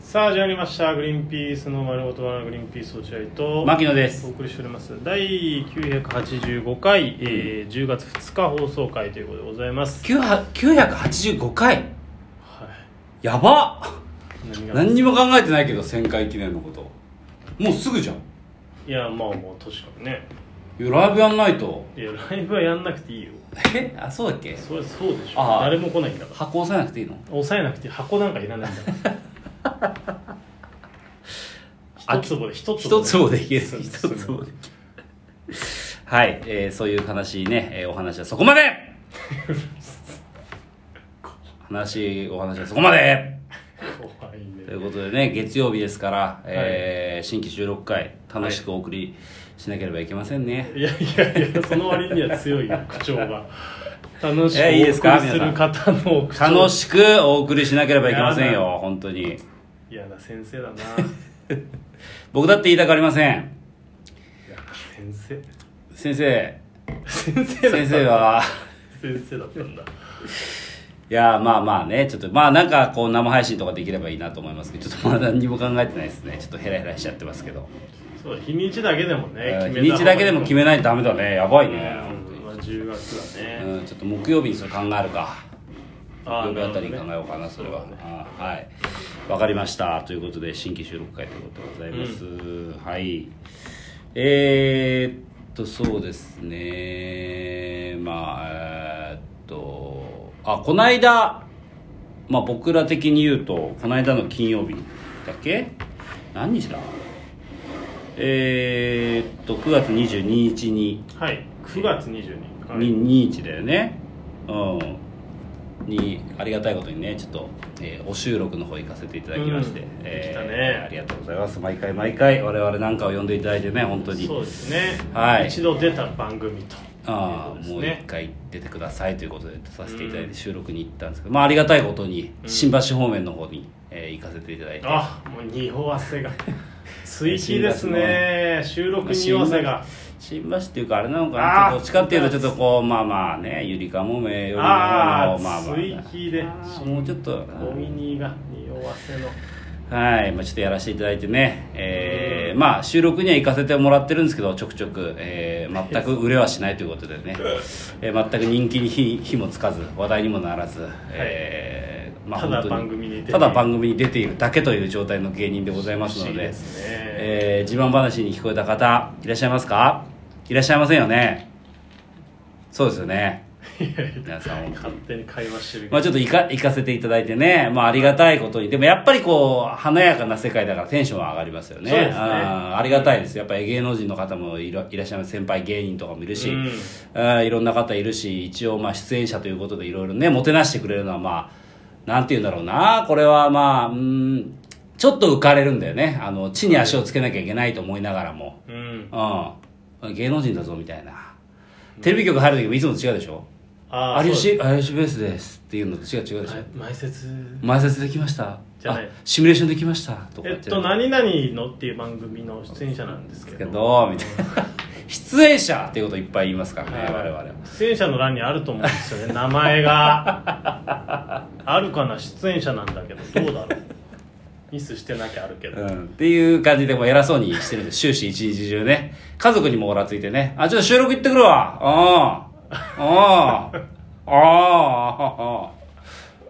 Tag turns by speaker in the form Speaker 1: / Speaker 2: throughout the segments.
Speaker 1: さあ始まりました「グリーンピースの丸ごとバナナグリーンピース落合」と
Speaker 2: 牧野です
Speaker 1: お送りしております第985回、えー10月2日放送回ということでございます
Speaker 2: 985回
Speaker 1: は
Speaker 2: やば
Speaker 1: い何が
Speaker 2: 何にも考えてないけど1000回記念のこともうすぐじゃん
Speaker 1: いやまあまあ確かにね
Speaker 2: いやライブやんないと
Speaker 1: いやライブはやんなくていいよ
Speaker 2: えあそうだっけ
Speaker 1: それそうでしょ
Speaker 2: ああ
Speaker 1: 誰も来ないんだから
Speaker 2: 箱押さなくていいの
Speaker 1: 抑えなくて箱なんかいらないんだから 一坪で一
Speaker 2: 一
Speaker 1: 坪
Speaker 2: つもできる
Speaker 1: そう
Speaker 2: 一つもできるはい、えーそういう悲しいね、えーお話はそこまで話お話はそこまで
Speaker 1: 怖い
Speaker 2: と
Speaker 1: ね
Speaker 2: いうことでね月曜日ですから、えー新規収録回楽しくお送りしなければいけませんね、
Speaker 1: いやいやいや、その割には強いよ口調が。楽しくお
Speaker 2: えいいです
Speaker 1: 送
Speaker 2: か
Speaker 1: りする方の口調。
Speaker 2: 楽しくお送りしなければいけません
Speaker 1: や
Speaker 2: よ本当に
Speaker 1: 嫌な先生だな。
Speaker 2: 僕だって言いたくありません
Speaker 1: 嫌な先生。
Speaker 2: 先生
Speaker 1: 先生だ
Speaker 2: 先
Speaker 1: った。
Speaker 2: 生。は
Speaker 1: 先生だったんだ。
Speaker 2: いやーまあまあねちょっとまあなんかこう生配信とかできればいいなと思いますけどちょっとまだ何にも考えてないですねちょっとヘラヘラしちゃってますけど、
Speaker 1: そう日にちだけでもね。
Speaker 2: えー
Speaker 1: 決め
Speaker 2: 日に
Speaker 1: た
Speaker 2: ち
Speaker 1: 方が
Speaker 2: だけでも決めないとダメだねやばいね、
Speaker 1: うんまあ10月だね。
Speaker 2: うん、ちょっと木曜日にそれ考えるか
Speaker 1: あー
Speaker 2: 木曜日あたりに考
Speaker 1: な
Speaker 2: え
Speaker 1: る
Speaker 2: ようかなそれはあーはいわかりましたということで新規収録会ということでございます、はいえー、っとそうですねまあえーっとあこの間まあ僕ら的に言うとこの間の金曜日だっけ何日だえー、っと9月22日に
Speaker 1: ほどねはい。9月22日。はい
Speaker 2: に21だよねうんにありがたいことにねちょっと、えーお収録の方行かせていただきまして、
Speaker 1: うん来
Speaker 2: えー
Speaker 1: たね
Speaker 2: ありがとうございます毎回毎回我々なんかを呼んでいただいてね本当に
Speaker 1: そうですね。
Speaker 2: はい
Speaker 1: 一度出た番組と。
Speaker 2: ああ
Speaker 1: というこ
Speaker 2: も
Speaker 1: と
Speaker 2: う
Speaker 1: です
Speaker 2: 一
Speaker 1: ね
Speaker 2: 回出てくださいということで出させていただいうて
Speaker 1: ん
Speaker 2: 収録に行ったんですけど、まあありがたいことに
Speaker 1: うん
Speaker 2: 新橋方面の方に、えー行かせていただいて
Speaker 1: あ、もう匂わせ が。追記ですね。収録匂わせが。
Speaker 2: 新橋っていうかあれなのかな
Speaker 1: あー
Speaker 2: どっちかっていうとちょっとこうまあまあねゆりかもめよりも
Speaker 1: ああ、
Speaker 2: まあまあ
Speaker 1: 追記で
Speaker 2: あーもうちょっと
Speaker 1: ゴミニが匂わせの
Speaker 2: はい、まあ、ちょっとやらせていただいてね、えーまあ、収録には行かせてもらってるんですけどちょくちょく、えー全く売れはしないというこ とでね、えー全く人気に火火もつかず話題にもならず、えーまあ、
Speaker 1: ただ
Speaker 2: 本当
Speaker 1: 番組に出ている
Speaker 2: ただ番組に出ているだけという状態の芸人でございます
Speaker 1: 不
Speaker 2: の
Speaker 1: 思議
Speaker 2: で
Speaker 1: ですね
Speaker 2: えー自慢話に聞こえた方いらっしゃいますかいらっしゃいませんよねそうですよね皆さん本当に
Speaker 1: 勝手に会話してる
Speaker 2: まあ
Speaker 1: け
Speaker 2: ちょっと行か行かせていただいてね、まあありがたいことに、でもやっぱりこう、華やかな世界だからテンションは上がりますよね。
Speaker 1: そうですね
Speaker 2: あーありがたいです。やっぱり芸能人の方もいらいらっしゃいます。先輩芸人とかもいるし、
Speaker 1: うん
Speaker 2: あーいろんな方いるし、一応まあ出演者ということでいろいろね、もてなしてくれるのはまあ、なんて言うんだろうな、これはまあ、うーん、ちょっと浮かれるんだよね。あの、地に足をつけなきゃいけないと思いながらも、
Speaker 1: どうん
Speaker 2: うん、芸能人だぞみたいな。テレビ局入る時もいつもと違うでしょ
Speaker 1: あ
Speaker 2: 有
Speaker 1: そう
Speaker 2: 吉有吉ベースですっていうのと違う違うでしょ、
Speaker 1: だ前説
Speaker 2: 前説できました
Speaker 1: じゃない
Speaker 2: あシミュレーションできましたとか
Speaker 1: え
Speaker 2: 言
Speaker 1: ってと何々のっていう番組の出演者なんですけ
Speaker 2: け
Speaker 1: ど
Speaker 2: どみたい な出演者っていうこといっぱい言いますからね、
Speaker 1: はい
Speaker 2: 我々は
Speaker 1: 出演者の欄にあると思うんです よね名前があるかな出演者なんだけどどうだろうミスしてなきゃあるけど、
Speaker 2: うん、っていう感じでもう偉そうにしてるんです終始一日中ね家族にもおらついてね「あちょっと収録行ってくるわああああああ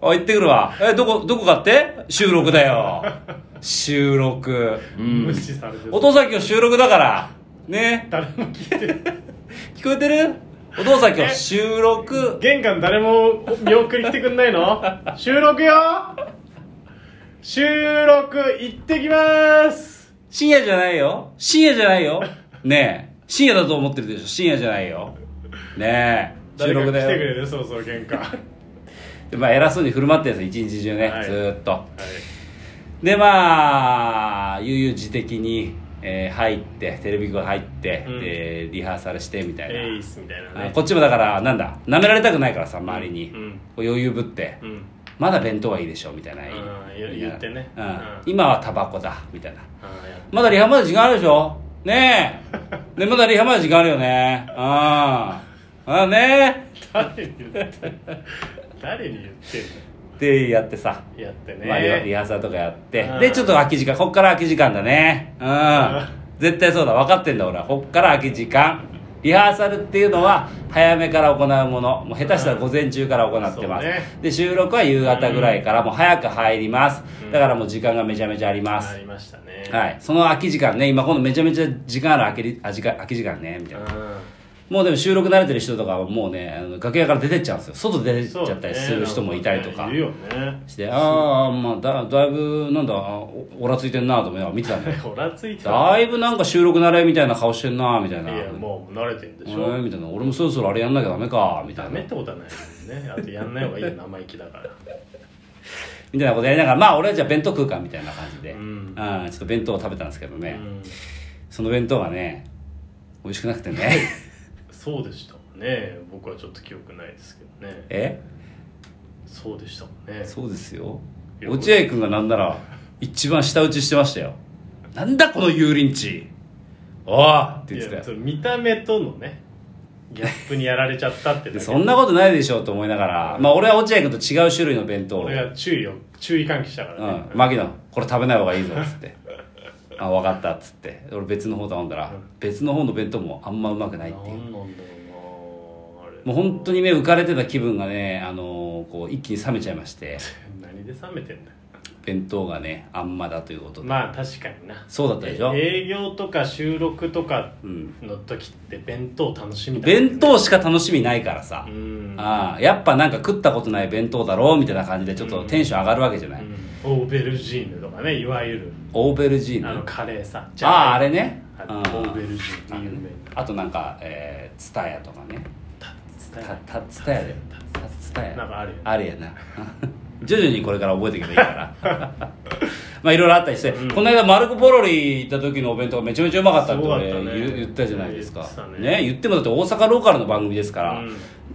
Speaker 2: あ行ってくるわえどこどこかって収録だよ 収録、うん
Speaker 1: 無、視されて
Speaker 2: お父さん今日収録だからね
Speaker 1: 誰も聞いてない
Speaker 2: 聞こえてるお父さん今日収録
Speaker 1: 玄関誰も見送り来てくんない の収録よ収録行ってきます
Speaker 2: 深夜じゃないよ深夜じゃないよねえ深夜だと思ってるでしょ深夜じゃないよねえ
Speaker 1: 誰
Speaker 2: 収
Speaker 1: か
Speaker 2: 録
Speaker 1: 来てく
Speaker 2: だよ
Speaker 1: れるそろそろ玄 関はい
Speaker 2: でまあ偉そうに振る舞ってるんですよ一日中ね、
Speaker 1: はい
Speaker 2: ずーっとでまあ悠々自適に、えー入ってテレビ局入って、
Speaker 1: うん
Speaker 2: でリハーサルしてみたいな、
Speaker 1: エイスみたいな
Speaker 2: あ
Speaker 1: ね
Speaker 2: こっちもだからなんだ舐められたくないからさ周りに、
Speaker 1: うん
Speaker 2: こう余裕ぶって、
Speaker 1: うん、うん
Speaker 2: まだ弁当はいいでしょみたいな、
Speaker 1: うん言言ってね
Speaker 2: うん
Speaker 1: うん
Speaker 2: 今はタバコだみたいな
Speaker 1: あーや
Speaker 2: まだリハまで時間あるでしょね え。ね、まだリハまで時間あるよね。ああ。ああね
Speaker 1: 誰に言ってんの誰に言ってんの
Speaker 2: でやってさ、
Speaker 1: やってね、
Speaker 2: まあ、リハリハーサルとかやって、
Speaker 1: うん
Speaker 2: でちょっと空き時間こっから空き時間だねうん、絶対そうだ分かってんだ俺はこっから空き時間リハーサルっていうのは早めから行うものもう下手したら午前中から行ってます、
Speaker 1: うんそうね
Speaker 2: で収録は夕方ぐらいからもう早く入ります、
Speaker 1: うん
Speaker 2: だからもう時間がめちゃめちゃあります、
Speaker 1: ありましたね
Speaker 2: はい、その空き時間ね今今度めちゃめちゃ時間ある空きりあ時間空き時間ねみたいなもうでも収録慣れてる人とかはもうねあの楽屋から出てっちゃうんですよ外
Speaker 1: う
Speaker 2: 出て
Speaker 1: ん
Speaker 2: っ
Speaker 1: そう
Speaker 2: ちゃったりする人もいたりとか
Speaker 1: ねいるよね
Speaker 2: してああまあだだいぶなんだおおらついてんなと思いながら見てたんだよ
Speaker 1: ほらつ いて
Speaker 2: だいぶなんか収録慣れみたいな顔してんなみたい
Speaker 1: い
Speaker 2: な
Speaker 1: やもう慣れてんでし
Speaker 2: え
Speaker 1: ょ
Speaker 2: ーみたいな俺もそろそろあれやんなきゃダメかみた
Speaker 1: ダ
Speaker 2: いな
Speaker 1: メってことはないもんねあとやんない方がいいよ生意気だから
Speaker 2: みたいなことやりながらまあ俺はじゃあ弁当食うかみたいな感じで、
Speaker 1: う
Speaker 2: うんん、ちょっと弁当を食べたんですけど
Speaker 1: う
Speaker 2: ね、
Speaker 1: ん
Speaker 2: その弁当がね美味しくなくてね
Speaker 1: そうでしたもんね僕はちょっと記憶ないですけどね
Speaker 2: え
Speaker 1: そうでしたもんね
Speaker 2: そうですよ
Speaker 1: いや
Speaker 2: 落合君がなんなら一番舌打ちしてましたよなんだこの油淋鶏おーって
Speaker 1: い
Speaker 2: 言ってた
Speaker 1: や
Speaker 2: よ
Speaker 1: それ見た目とのねギャップにやられちゃったってだけ
Speaker 2: でそんなことないでしょうと思いながら、まあ、俺は落合君と違う種類の弁当を、う
Speaker 1: 俺
Speaker 2: ん、
Speaker 1: が注意を注意喚起したからね、
Speaker 2: 牧野これ食べない方がいいぞっつってあ分かったっつって俺別の方頼んだら、
Speaker 1: うん
Speaker 2: 別の方の弁当もあんまうまくないっていう
Speaker 1: 何なんだろうなあれ
Speaker 2: もう本当にね浮かれてた気分がね、あのーこう一気に冷めちゃいまして
Speaker 1: 何で冷めてんだよ
Speaker 2: 弁当がねあんまだということで、
Speaker 1: まあ確かにな
Speaker 2: そうだったでしょ、
Speaker 1: 営業とか収録とか
Speaker 2: うん、
Speaker 1: の時って弁当楽しみだもんね
Speaker 2: 弁当しか楽しみないからさ、
Speaker 1: うん
Speaker 2: ああやっぱなんか食ったことない弁当だろうみたいな感じでちょっとテンション上がるわけじゃない、
Speaker 1: うんオーベルジーヌとかねいわゆる
Speaker 2: オーベルジーヌ
Speaker 1: あのカレーさ
Speaker 2: あああれね
Speaker 1: あ
Speaker 2: うん
Speaker 1: オーベルジーヌ有名
Speaker 2: あとなんか、えー、ツタヤとかね
Speaker 1: た
Speaker 2: た
Speaker 1: 伝えない
Speaker 2: たツタヤでたツタヤ
Speaker 1: なんかあるよね
Speaker 2: あるやな 徐々にこれから覚えていけばいいから まあいろいろあったりして、
Speaker 1: うん
Speaker 2: この間マルコ・ポロリ行った時のお弁当がめちゃめちゃうまかったって俺
Speaker 1: すごかったね
Speaker 2: 言言ったじゃないですか
Speaker 1: 言ってたね
Speaker 2: ね言ってもだって大阪ローカルの番組ですから、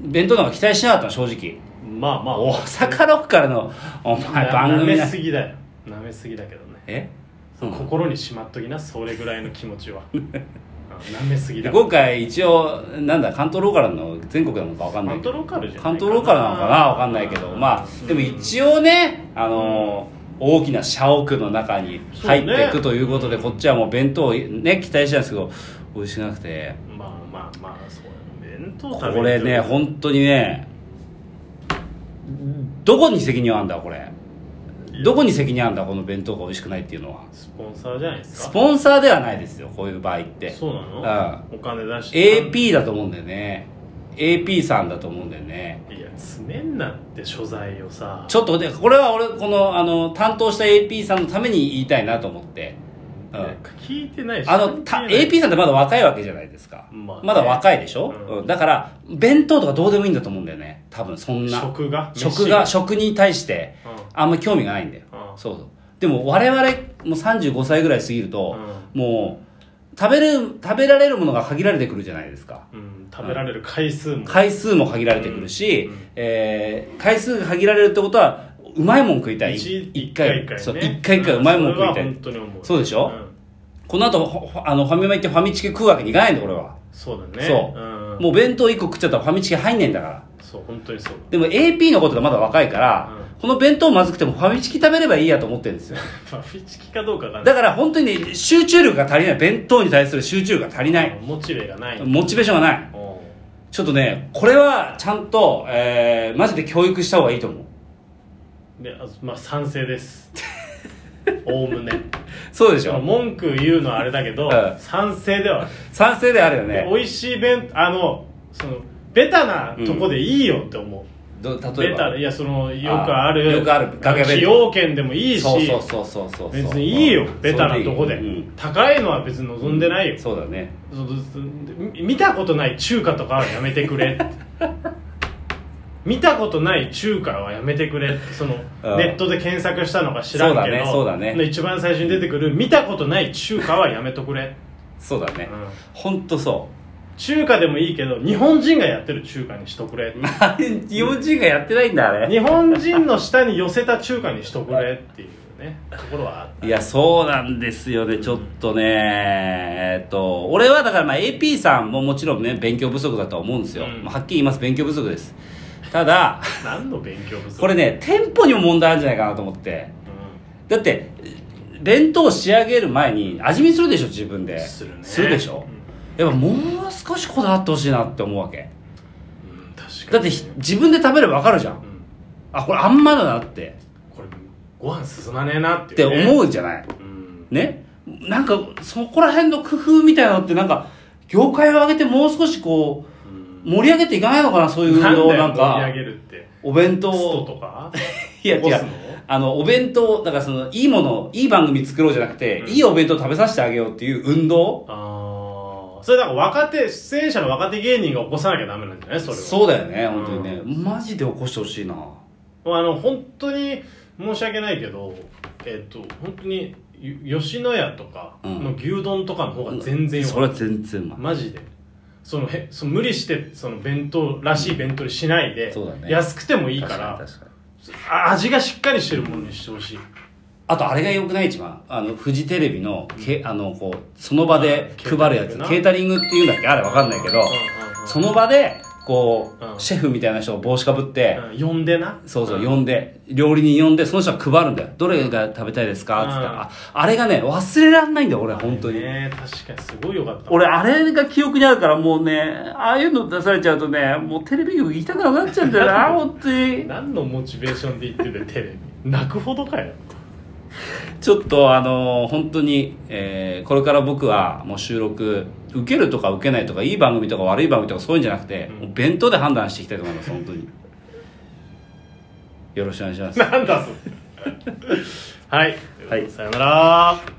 Speaker 2: 弁当なんか期待しなかったの正直
Speaker 1: まあまあ
Speaker 2: 大阪ロッカルのお前
Speaker 1: な
Speaker 2: 番組
Speaker 1: 舐め
Speaker 2: な
Speaker 1: すぎだよ舐めすぎだけどね
Speaker 2: えうん
Speaker 1: 心にしまっときなそれぐらいの気持 ちはうん舐めすぎ
Speaker 2: で
Speaker 1: だ
Speaker 2: 今回一応なんだ関東ローカルの全国なのかわかんない
Speaker 1: 関東ローカルじゃない
Speaker 2: 関東ローカルなのかなわかんないけどまあでも一応ねあのー大きな社屋の中に入ってい
Speaker 1: そう
Speaker 2: く
Speaker 1: ね
Speaker 2: ということで、こっちはもう弁当をね期待してたんですけど美味しくなくて
Speaker 1: まあまあまあそうやね弁当
Speaker 2: こ
Speaker 1: 食べる
Speaker 2: れね本当にねどこに責任あんだこれどこに責任あんだこの弁当が美味しくないっていうのは
Speaker 1: スポンサーじゃないです
Speaker 2: ス
Speaker 1: か
Speaker 2: ポンサーではないですよこういう場合って
Speaker 1: そうなのお金出してい
Speaker 2: AP だと思うんだよね AP さんだと思うんだよね
Speaker 1: や詰めんなって所在をさ
Speaker 2: ちょっとでこれは俺このあの担当した AP さんのために言いたいなと思って、うん
Speaker 1: 聞いてないし
Speaker 2: あのた AP さんってまだ若いわけじゃないですか、
Speaker 1: まあね
Speaker 2: まだ若いでしょ、
Speaker 1: うん
Speaker 2: うんだから弁当とかどうでもいいんだと思うんだよね多分そんな
Speaker 1: 食が
Speaker 2: 食が
Speaker 1: 飯
Speaker 2: 食に対して
Speaker 1: うん
Speaker 2: あんま興味がないんだよ
Speaker 1: うん
Speaker 2: そうそうでも我々もう35歳ぐらい過ぎると、もう食べる食べられるものが限られてくるじゃないですか
Speaker 1: うん食べられる回数も
Speaker 2: 回数も限られてくるし、
Speaker 1: うんうん
Speaker 2: えー回数が限られるってことはうまいもん食いたい
Speaker 1: 一
Speaker 2: 一
Speaker 1: 一回一回ね
Speaker 2: そう一回一回うまいもん食いたい、
Speaker 1: うんそれは本当に思う
Speaker 2: そうでしょ
Speaker 1: ん
Speaker 2: この後ほほあのファミマ行ってファミチキ食うわけにいかないんだ俺は、
Speaker 1: そうだね
Speaker 2: そう
Speaker 1: うん
Speaker 2: もう弁当1個食っちゃったらファミチキ入んねえんだから
Speaker 1: そう本当にそう
Speaker 2: でも AP のことがまだ若いから、この弁当まずくてもファミチキ食べればいいやと思ってるんですよ
Speaker 1: まあフィチキかどうかが
Speaker 2: だから本当にね集中力が足りない弁当に対する集中力が足りない
Speaker 1: モチベがない
Speaker 2: モチベーションがない
Speaker 1: おう
Speaker 2: ちょっとねこれはちゃんと、えーマジで教育した方がいいと思う
Speaker 1: であまあ賛成です おおむね
Speaker 2: そうでしょ
Speaker 1: 文句言うのはあれだけど
Speaker 2: うん
Speaker 1: 賛成ではある
Speaker 2: 賛成であるよね
Speaker 1: 美味しい弁あのそのベタなとこでいいよって思う、
Speaker 2: ど例え
Speaker 1: ベ
Speaker 2: ば
Speaker 1: タいやそのよくある
Speaker 2: あーよくある楽屋弁当
Speaker 1: 崎陽軒でもいいし
Speaker 2: そうそうそうそうそう
Speaker 1: 別にいいよベタなとこで、
Speaker 2: うん
Speaker 1: 高いのは別に望んでないよ、
Speaker 2: そうだね
Speaker 1: そうそうそうみ見たことない中華とかはやめてくれ 見たことない中華はやめてくれその
Speaker 2: うん
Speaker 1: ネットで検索したのか知らんけど
Speaker 2: そうだねそうだね
Speaker 1: 一番最初に出てくる見たことない中華はやめとくれ、
Speaker 2: そうだね
Speaker 1: うん
Speaker 2: 本当そ
Speaker 1: 中華でもいいけど日本人がやってる中華にしとくれ
Speaker 2: うあれ 日本人がやってないんだあれ
Speaker 1: 日本人の下に寄せた中華にしとくれっていうねところはあった
Speaker 2: いやそうなんですよねちょっとねえっと俺はだからまあ AP さんももちろんね勉強不足だとは思うんですよ、
Speaker 1: うん
Speaker 2: まあはっきり言います勉強不足ですただ
Speaker 1: 何の勉強不足
Speaker 2: これねテンポにも問題あるんじゃないかなと思ってだって弁当仕上げる前に味見するでしょ自分で
Speaker 1: するね
Speaker 2: でしょ、やっぱもう少しこだわってほしいなって思うわけ
Speaker 1: うん、うん、確か
Speaker 2: だっ
Speaker 1: に
Speaker 2: てひ自分で食べれば分かるじゃ
Speaker 1: うんん、
Speaker 2: あこれあんまだなって
Speaker 1: これご飯進まねえなっ
Speaker 2: ってて
Speaker 1: いう、ね、
Speaker 2: 思
Speaker 1: う、
Speaker 2: うじゃない
Speaker 1: ん、
Speaker 2: ねなんかそこら辺の工夫みたいなのってなんか業界を上げてもう少しこう
Speaker 1: うん
Speaker 2: 盛り上げていかないのかなそういう運動をなん
Speaker 1: だよ盛り
Speaker 2: か
Speaker 1: 上げるって
Speaker 2: お弁当
Speaker 1: スト
Speaker 2: を
Speaker 1: とか
Speaker 2: いや違
Speaker 1: 起こす
Speaker 2: う
Speaker 1: の
Speaker 2: あのお弁当だからそのいいものいい番組作ろうじゃなくて、
Speaker 1: うん
Speaker 2: いいお弁当食べさせてあげようっていう運動
Speaker 1: ああそれだから若手出演者の若手芸人が起こさなきゃダメなんじゃないそれは
Speaker 2: そうだよね本当にね、マジで起こしてほしいな
Speaker 1: もうあの本当に申し訳ないけどえっ、と本当によ吉野家とかの牛丼とかの方が全然よ
Speaker 2: そ
Speaker 1: か
Speaker 2: れ
Speaker 1: っ
Speaker 2: は全然うま
Speaker 1: た、
Speaker 2: い
Speaker 1: マジでそのへその無理してその弁当らしい弁当にしないで、
Speaker 2: そうだね
Speaker 1: 安くてもいいから
Speaker 2: 確に確かに
Speaker 1: あ味がしっかりしてるものにしてほしい
Speaker 2: あとあれがよくない一番あのフジテレビのけあのこうその場で配るやつ
Speaker 1: うん
Speaker 2: ケータリングっていうんだっけあれわかんないけど、その場でこ
Speaker 1: う
Speaker 2: う、
Speaker 1: ん
Speaker 2: シェフみたいな人を帽子かぶって、
Speaker 1: うん呼んでな
Speaker 2: そうそう、
Speaker 1: ん
Speaker 2: 呼んで料理人呼んでその人は配るんだよどれが食べたいですかっつったら、
Speaker 1: うん
Speaker 2: ああれがね忘れらんないんだよ俺本当に、
Speaker 1: ね確かにすごいよかった
Speaker 2: 俺あれが記憶にあるからもうねああいうの出されちゃうとねもうテレビ局行きたくなくなっちゃうんだよな 本当に
Speaker 1: 何のモチベーションで言っててテレビ 泣くほどかよ
Speaker 2: ちょっとあの本当に、えーこれから僕はもう収録受けるとか受けないとかいい番組とか悪い番組とかそういうんじゃなくて、
Speaker 1: うん
Speaker 2: もう弁当で判断していきたいと思います本当によろしくお願いします
Speaker 1: なんだそれはい、
Speaker 2: はい
Speaker 1: さよなら